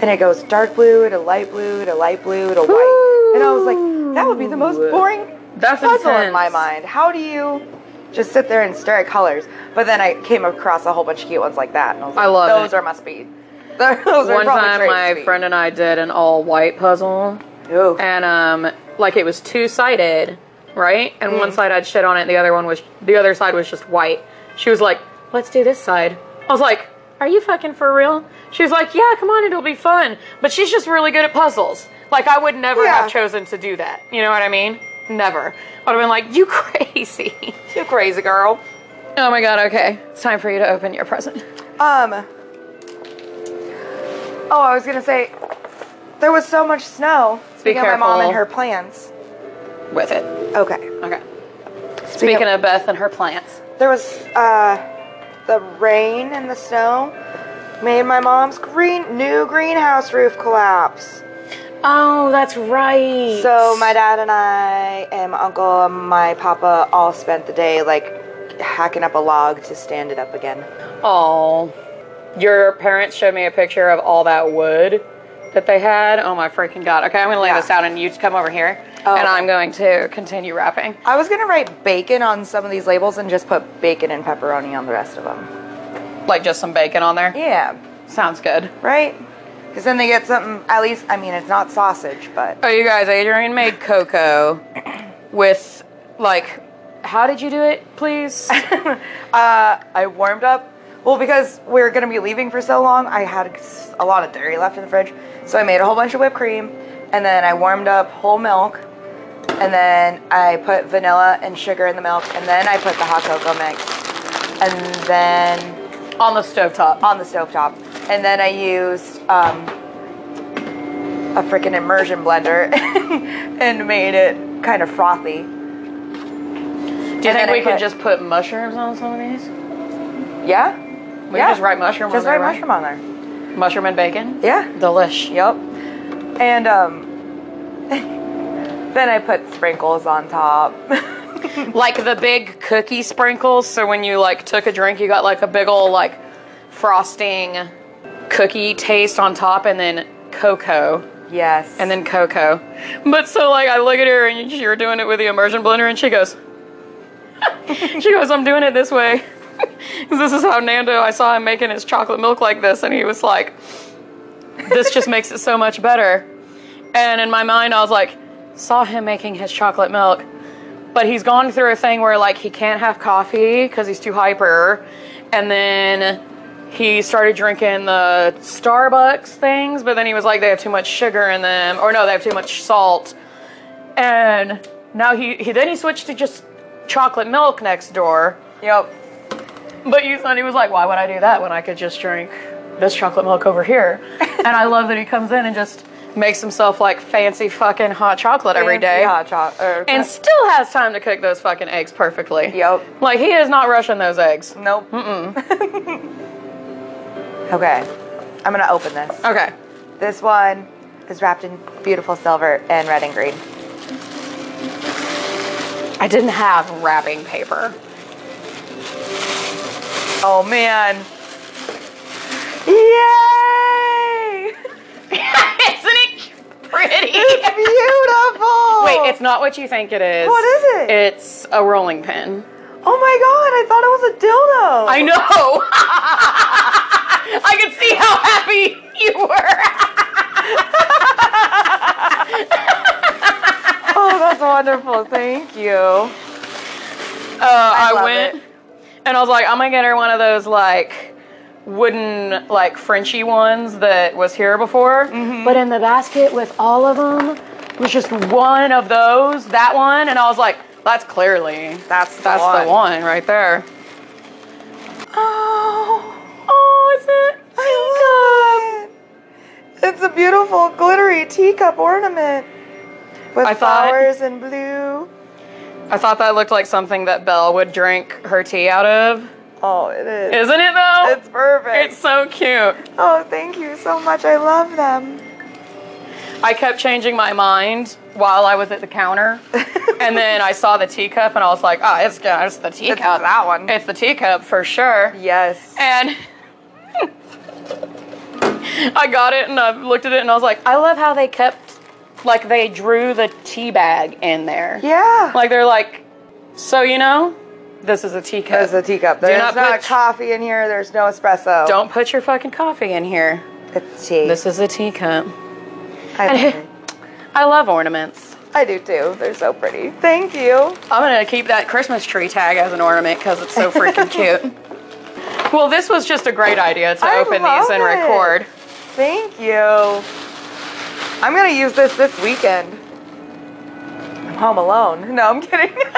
B: And it goes dark blue to light blue to light blue to white. And I was like, that would be the most boring
A: That's
B: puzzle in my
A: intense.
B: mind. How do you just sit there and stare at colors? But then I came across a whole bunch of cute ones like that, and I was like,
A: I love
B: those
A: it.
B: are my speed. Those are
A: One
B: probably
A: time
B: straight
A: my
B: speed.
A: friend and I did an all white puzzle.
B: Ooh.
A: and um like it was two sided, right? And one
B: Hmm.
A: side had shit on it, the other one was the other side was just white. She was like, "Let's do this side." I was like, "Are you fucking for real?" She was like, "Yeah, come on, it'll be fun." But she's just really good at puzzles. Like I would never
B: Yeah.
A: have chosen to do that. You know what I mean? Never. I'd have been like, "You crazy."
B: You crazy girl.
A: oh my god, okay. It's time for you to open your present.
B: Um, Oh, I was gonna say, there was so much snow. Speaking of my mom
A: careful.
B: and her plants.
A: with it.
B: Okay.
A: Okay. Speaking of Beth and her plants,
B: there was uh, the rain and the snow made my mom's green new greenhouse roof collapse.
A: Oh, that's right.
B: So my dad and I and my uncle and my papa all spent the day like hacking up a log to stand it up again.
A: oh, your parents showed me a picture of all that wood that they had. Oh my freaking god! Okay, I'm gonna lay
B: Yeah.
A: this out, and you come over here,
B: Oh,
A: and
B: okay.
A: I'm going to continue wrapping.
B: I was gonna write bacon on some of these labels and just put bacon and pepperoni on the rest of them.
A: Like just some bacon on there.
B: Yeah,
A: Sounds good.
B: right? Because then they get something. At least, I mean, it's not sausage, but
A: Oh, you guys, Adrian made cocoa with like. How did you do it, please?
B: uh, I warmed up. Well, because we were gonna be leaving for so long, I had a lot of dairy left in the fridge, so I made a whole bunch of whipped cream, and then I warmed up whole milk, and then I put vanilla and sugar in the milk, and then I put the hot cocoa mix, and then
A: on the stovetop.
B: on the stovetop. And then I used um, a freaking immersion blender and made it kind of frothy.
A: Do you
B: and
A: think
B: then
A: we
B: I
A: could
B: put-
A: just put mushrooms on some of these?
B: Yeah?
A: We can just write mushroom on
B: Just
A: there, right?
B: write mushroom on there.
A: Mushroom and bacon?
B: Yeah.
A: Delish.
B: Yep. And um, then I put sprinkles on top.
A: like the big cookie sprinkles. So when you like took a drink, you got like a big ol' like frosting cookie taste on top, and then cocoa,
B: yes.
A: and then cocoa. But so like I look at her and you were doing it with the immersion blender, and she goes, she goes, I'm doing it this way. 'Cause this is how Nando, I saw him making his chocolate milk like this, and he was like, this just makes it so much better. And in my mind, I was like, saw him making his chocolate milk. But he's gone through a thing where, like, he can't have coffee because he's too hyper. And then he started drinking the Starbucks things, but then he was like, they have too much sugar in them. Or no, they have too much salt. And now he, he then he switched to just chocolate milk next door.
B: yep.
A: But you thought he was like, why would I do that when I could just drink this chocolate milk over here? and I love that he comes in and just makes himself like fancy fucking hot chocolate every
B: Fancy
A: day.
B: Hot er, chocolate.
A: And still has time to cook those fucking eggs perfectly.
B: Yep.
A: Like he is not rushing those eggs.
B: Nope. okay. I'm gonna open this.
A: Okay.
B: This one is wrapped in beautiful silver and red and green.
A: I didn't have wrapping paper.
B: Oh man. Yay!
A: Isn't it pretty?
B: Beautiful!
A: Wait, it's not what you think it is.
B: What is it?
A: It's a rolling pin.
B: Oh my god, I thought it was a dildo!
A: I know. I could see how happy you were.
B: Oh, that's wonderful. Thank you.
A: Uh, I,
B: love
A: went
B: it.
A: and I was like, I'm gonna get her one of those like wooden like Frenchy ones that was here before. But in the basket with all of them was just one of those, that one, and I was like, that's clearly
B: That's the
A: that's
B: one.
A: the one right there.
B: Oh,
A: Oh, is it?
B: I love it. It's a beautiful glittery teacup ornament with
A: I thought-
B: flowers and blue.
A: I thought that looked like something that Belle would drink her tea out of.
B: Oh, it is.
A: Isn't it though?
B: It's perfect.
A: It's so cute.
B: oh, thank you so much. I love them.
A: I kept changing my mind while I was at the counter. and then I saw the teacup and I was like, oh, it's, it's the teacup.
B: that one.
A: It's the teacup for sure.
B: Yes.
A: And I got it and I looked at it and I was like, I love how they kept, like, they drew the tea bag in there.
B: yeah.
A: Like, they're like, so you know, this is a teacup.
B: There's a teacup. There's
A: not
B: not,
A: put-
B: coffee in here. There's no espresso.
A: Don't put your fucking coffee in here.
B: It's tea.
A: This is a teacup.
B: I,
A: and-
B: love it.
A: I love ornaments.
B: I do too. They're so pretty. Thank you.
A: I'm gonna keep that Christmas tree tag as an ornament because it's so freaking cute. Well, this was just a great idea to
B: I
A: open these
B: love
A: and
B: it.
A: record.
B: Thank you. I'm gonna use this this weekend. I'm home alone. No, I'm kidding.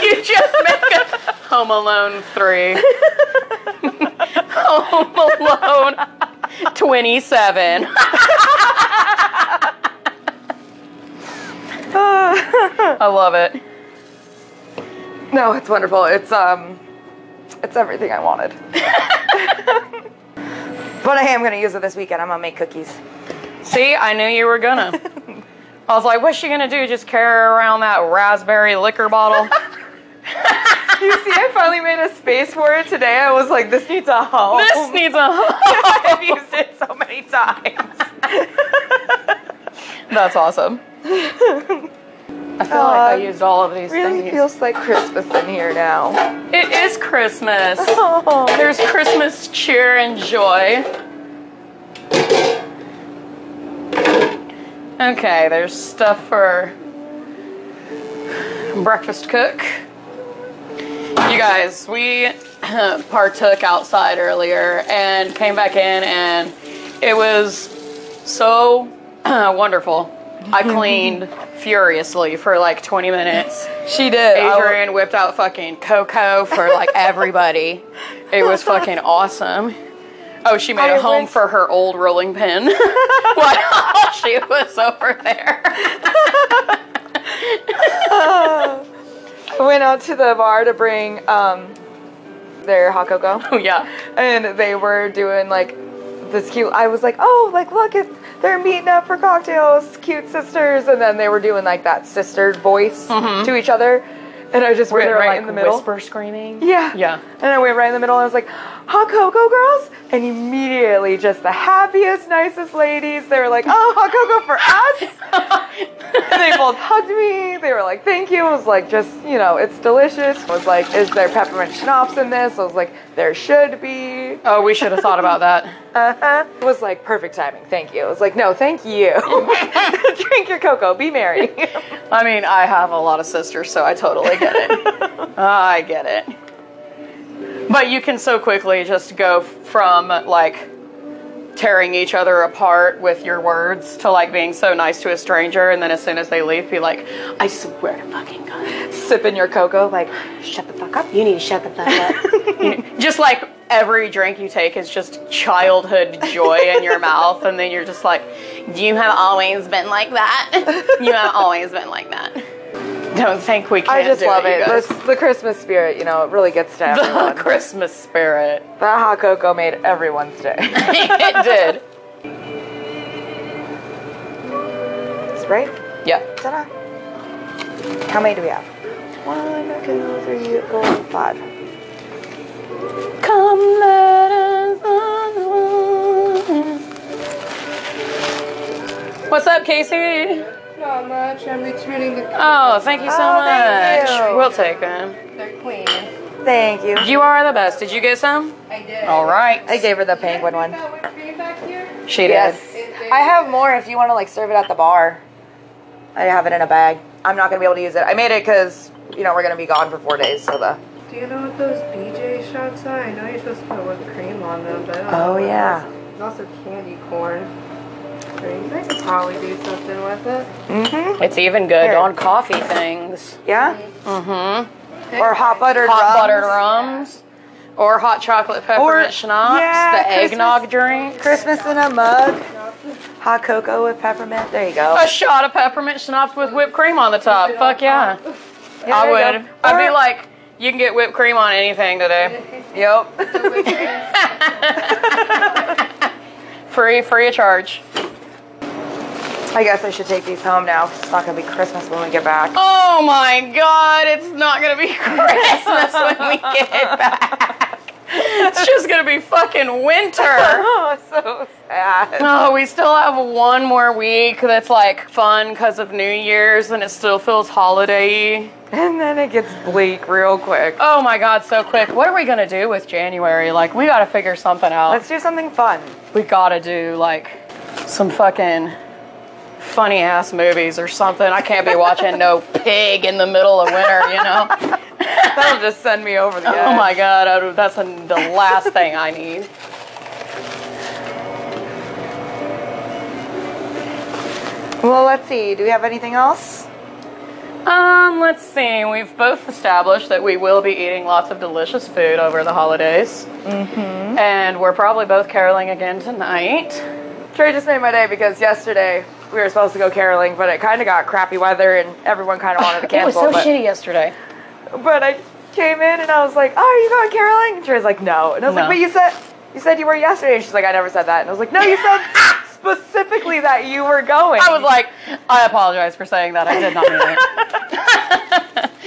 A: You just make a Home Alone 3. Home Alone 27. I love it.
B: No, it's wonderful. It's um, it's everything I wanted. but I am gonna use it this weekend. I'm gonna make cookies.
A: See, I knew you were gonna. I was like, what's she gonna do? Just carry around that raspberry liquor bottle?
B: You see, I finally made a space for it today. I was like, this needs a home.
A: this needs a.
B: I've used it so many times.
A: That's awesome. I feel like I used all of these
B: Really
A: things.
B: feels like Christmas in here now.
A: it is Christmas.
B: Oh,
A: There's Christmas cheer and joy. Okay, there's stuff for breakfast cook. You guys, we partook outside earlier and came back in, and it was so wonderful. I cleaned furiously for like 20 minutes.
B: she did. I will-
A: Adrian whipped out fucking cocoa for like everybody. it was fucking awesome. Oh, she made
B: I
A: a home
B: went-
A: for her old rolling pin while she was over there.
B: I went out to the bar to bring um, their hot cocoa.
A: Oh yeah,
B: and they were doing like this cute. I was like, oh, like look, it, they're meeting up for cocktails, cute sisters, and then they were doing like that sister voice to each other, and I just went
A: They're,
B: Mm-hmm. right
A: like,
B: in the middle.
A: whisper screaming.
B: Yeah.
A: yeah.
B: And I went right in the middle and I was like, hot cocoa girls? And immediately just the happiest, nicest ladies. They were like, oh, hot cocoa for us. and they both hugged me. They were like, thank you. I was like, just, you know, it's delicious. I was like, is there peppermint schnapps in this? I was like, there should be.
A: Oh, we should have thought about that.
B: Uh-huh. It was like perfect timing. Thank you. It was like, no, thank you. Drink your cocoa. Be merry.
A: I mean, I have a lot of sisters, so I totally get it. I get it. But you can so quickly just go f- from like tearing each other apart with your words to like being so nice to a stranger, and then as soon as they leave, be like, I swear to fucking God.
B: Sipping your cocoa, like, shut the fuck up. You need to shut the fuck up.
A: Just like every drink you take is just childhood joy in your mouth, and then you're just like, You have always been like that. You have always been like that. Don't think we can't
B: I just
A: do
B: love
A: it. you
B: it.
A: guys.
B: This, the Christmas spirit, you know, it really gets to
A: The
B: everyone.
A: Christmas spirit.
B: that hot cocoa made everyone's day.
A: it did.
B: It's right.
A: Yeah.
B: Ta-da. How many do we have? One, two, three, four, five.
A: Come let us on. What's up, Casey?
C: Not much. I'm returning the.
A: Oh, thank you so
B: Oh,
A: much.
B: thank you.
A: We'll take them.
C: They're clean.
B: Thank you.
A: You are the best. Did you get some?
C: I did.
A: All right.
B: I gave her the penguin one.
C: Got whipped cream back here.
A: She did.
B: Yes. I have more if you want to like serve it at the bar. I have it in a bag. I'm not gonna be able to use it. I made it because you know we're gonna be gone for four days, so the.
C: Do you know what those BJ shots are? I know you're supposed to put whipped cream on them, but I don't know
B: Oh,
C: what
B: yeah.
C: those- There's also candy corn. Cream. I could probably do something with it.
B: Mm-hmm.
A: It's even good
B: Here.
A: on coffee things.
B: Yeah.
A: Mm-hmm.
B: Or hot buttered
A: Hot
B: rums.
A: buttered rums. Or hot chocolate peppermint schnapps,
B: yeah,
A: the
B: Christmas-
A: eggnog drinks.
B: Christmas in a mug. Hot cocoa with peppermint. There you go.
A: A shot of peppermint schnapps with whipped cream on the top. Fuck yeah.
B: Yeah,
A: I
B: there you
A: would.
B: go.
A: I'd
B: Or-
A: be like, you can get whipped cream on anything today.
B: Yep.
A: Free, free of charge.
B: I guess I should take these home now. 'cause It's not gonna be Christmas when we get back.
A: Oh my god, it's not gonna be Christmas when we get back. It's just gonna be fucking winter.
B: Oh, so sad.
A: No, we still have one more week that's like fun because of New Year's and it still feels holiday
B: And then it gets bleak real quick.
A: Oh my god, so quick. What are we gonna do with January? Like, we gotta figure something out.
B: Let's do something fun.
A: we gotta do like some fucking funny ass movies or something. I can't be watching no pig in the middle of winter, you know?
B: That'll just send me over the
A: Oh my god, I, that's the last thing I need.
B: Well, let's see. Do we have anything else?
A: Um, let's see. We've both established that we will be eating lots of delicious food over the holidays. Mm-hmm. And we're probably both caroling again tonight.
B: Trey just made my day because yesterday we were supposed to go caroling, but it kind of got crappy weather and everyone kind of wanted to
A: it was
B: cancel.
A: so
B: but,
A: shitty yesterday.
B: but I came in and I was like, "Oh, are you going caroling?" And Trey's like, "No," and I was
A: No.
B: like, "But you said you said you were yesterday." And she's like, "I never said that." And I was like, "No, you said specifically that you were going."
A: I was like, I apologize for saying that. I did not mean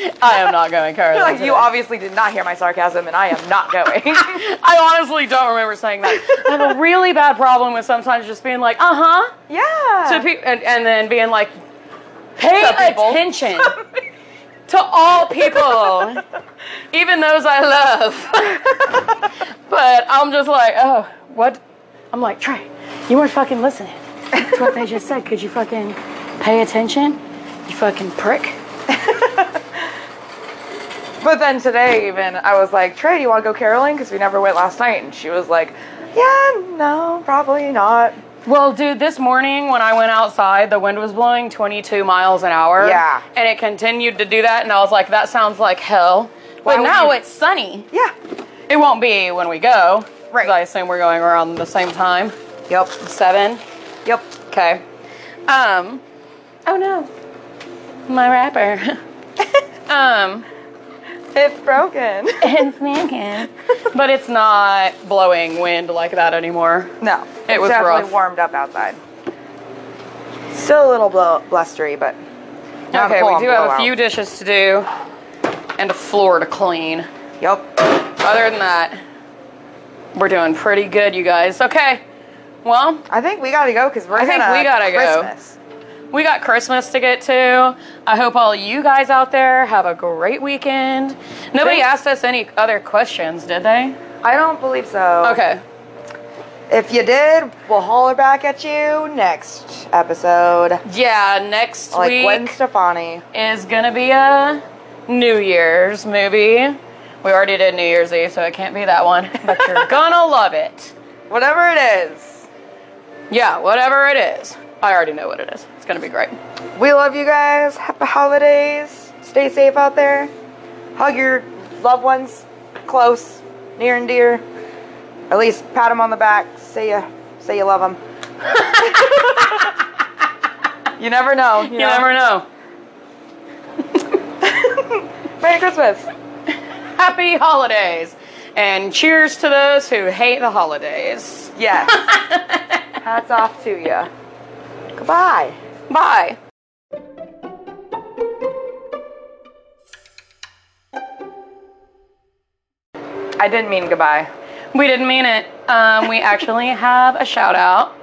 A: it. I am not going caroling.
B: You're like,
A: today.
B: "You obviously did not hear my sarcasm, and I am not going."
A: I honestly don't remember saying that. I have a really bad problem with sometimes just being like, uh huh,
B: yeah.
A: to pe- and, and then being like, pay
B: To people.
A: attention to all people, even those I love. but I'm just like, oh, what? I'm like, Trey, you weren't fucking listening to what they just said. Could you fucking pay attention? You fucking prick.
B: But then today, even I was like, Trey, do you want to go caroling? Because we never went last night, and she was like, Yeah, no, probably not.
A: Well, dude, this morning when I went outside, the wind was blowing 22 miles an hour.
B: Yeah.
A: And it continued to do that, and I was like, that sounds like hell.
B: Why
A: but
B: would
A: now
B: you-
A: it's sunny.
B: Yeah.
A: It won't be when we go. 'cause
B: Right.
A: I assume we're going around the same time.
B: Yep.
A: Seven.
B: Yep.
A: Okay. Um. Oh no. My wrapper. um.
B: It's broken.
A: It's naked. but it's not blowing wind like that anymore.
B: no,
A: It
B: it's
A: was
B: definitely
A: rough.
B: warmed up outside. Still a little blow- blustery, but not a
A: okay,
B: full-on
A: we do have a
B: blowout.
A: few dishes to do and a floor to clean.
B: Yep.
A: Other than that, we're doing pretty good, you guys. Okay. Well,
B: I think we gotta go because we're
A: I
B: gonna
A: think we gotta go.
B: Christmas.
A: we got Christmas to get to. I hope all you guys out there have a great weekend. Nobody
B: Thanks.
A: asked us any other questions, did they?
B: I don't believe so.
A: Okay.
B: If you did, we'll holler back at you next episode.
A: Yeah, next
B: Like
A: week
B: Gwen Stefani.
A: is gonna be a New Year's movie. We already did New Year's Eve, so it can't be that one. But you're gonna love it.
B: Whatever it is.
A: Yeah, whatever it is. I already know what it is. It's gonna be great.
B: We love you guys. Happy holidays. Stay safe out there. Hug your loved ones close, near and dear. At least pat them on the back. Say you, say you love them. you never know. You,
A: You
B: know?
A: never know.
B: Merry Christmas.
A: Happy holidays. And cheers to those who hate the holidays.
B: Yes. Hats off to you. Goodbye.
A: Bye.
B: I didn't mean goodbye.
A: We didn't mean it. Um, we actually have a shout out.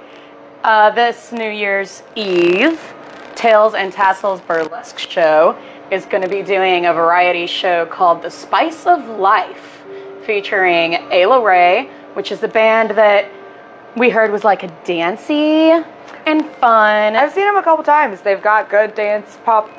A: Uh, this New Year's Eve, Tails and Tassels Burlesque Show is going to be doing a variety show called The Spice of Life, featuring Ayla Ray, which is the band that we heard was like a dancey and fun.
B: I've seen them a couple times. They've got good dance, pop,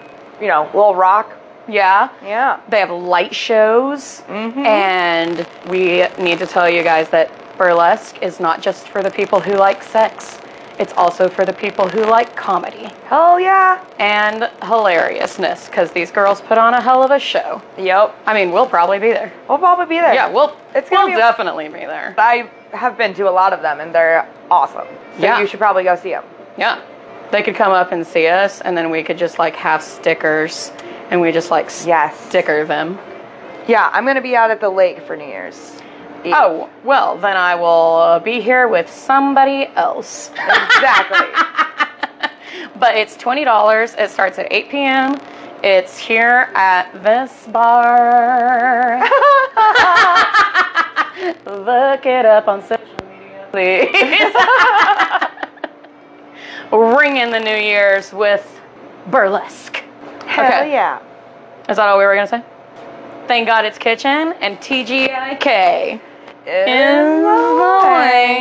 B: you know, little rock.
A: yeah.
B: Yeah.
A: They have light shows,
B: Mm-hmm.
A: and we need to tell you guys that burlesque is not just for the people who like sex. It's also for the people who like comedy
B: Hell yeah.
A: and hilariousness, because these girls put on a hell of a show.
B: Yep.
A: I mean, we'll probably be there.
B: We'll probably be there.
A: Yeah, we'll
B: It's gonna
A: we'll
B: be-
A: definitely be there.
B: I have been to a lot of them and they're awesome. So
A: Yeah.
B: you should probably go see them.
A: Yeah, they could come up and see us, and then we could just like have stickers, and we just like
B: Yes.
A: sticker them.
B: Yeah, I'm gonna be out at the lake for New Year's. Eve.
A: Oh well, then I will be here with somebody else.
B: exactly.
A: But it's twenty dollars. It starts at eight p.m. It's here at this bar. Look it up on social media, please. Ring in the New Year's with burlesque.
B: Hell
A: Okay.
B: yeah.
A: Is that all we were gonna say? Thank God it's kitchen and TGIK.
B: Is
A: In the
B: the
A: morning.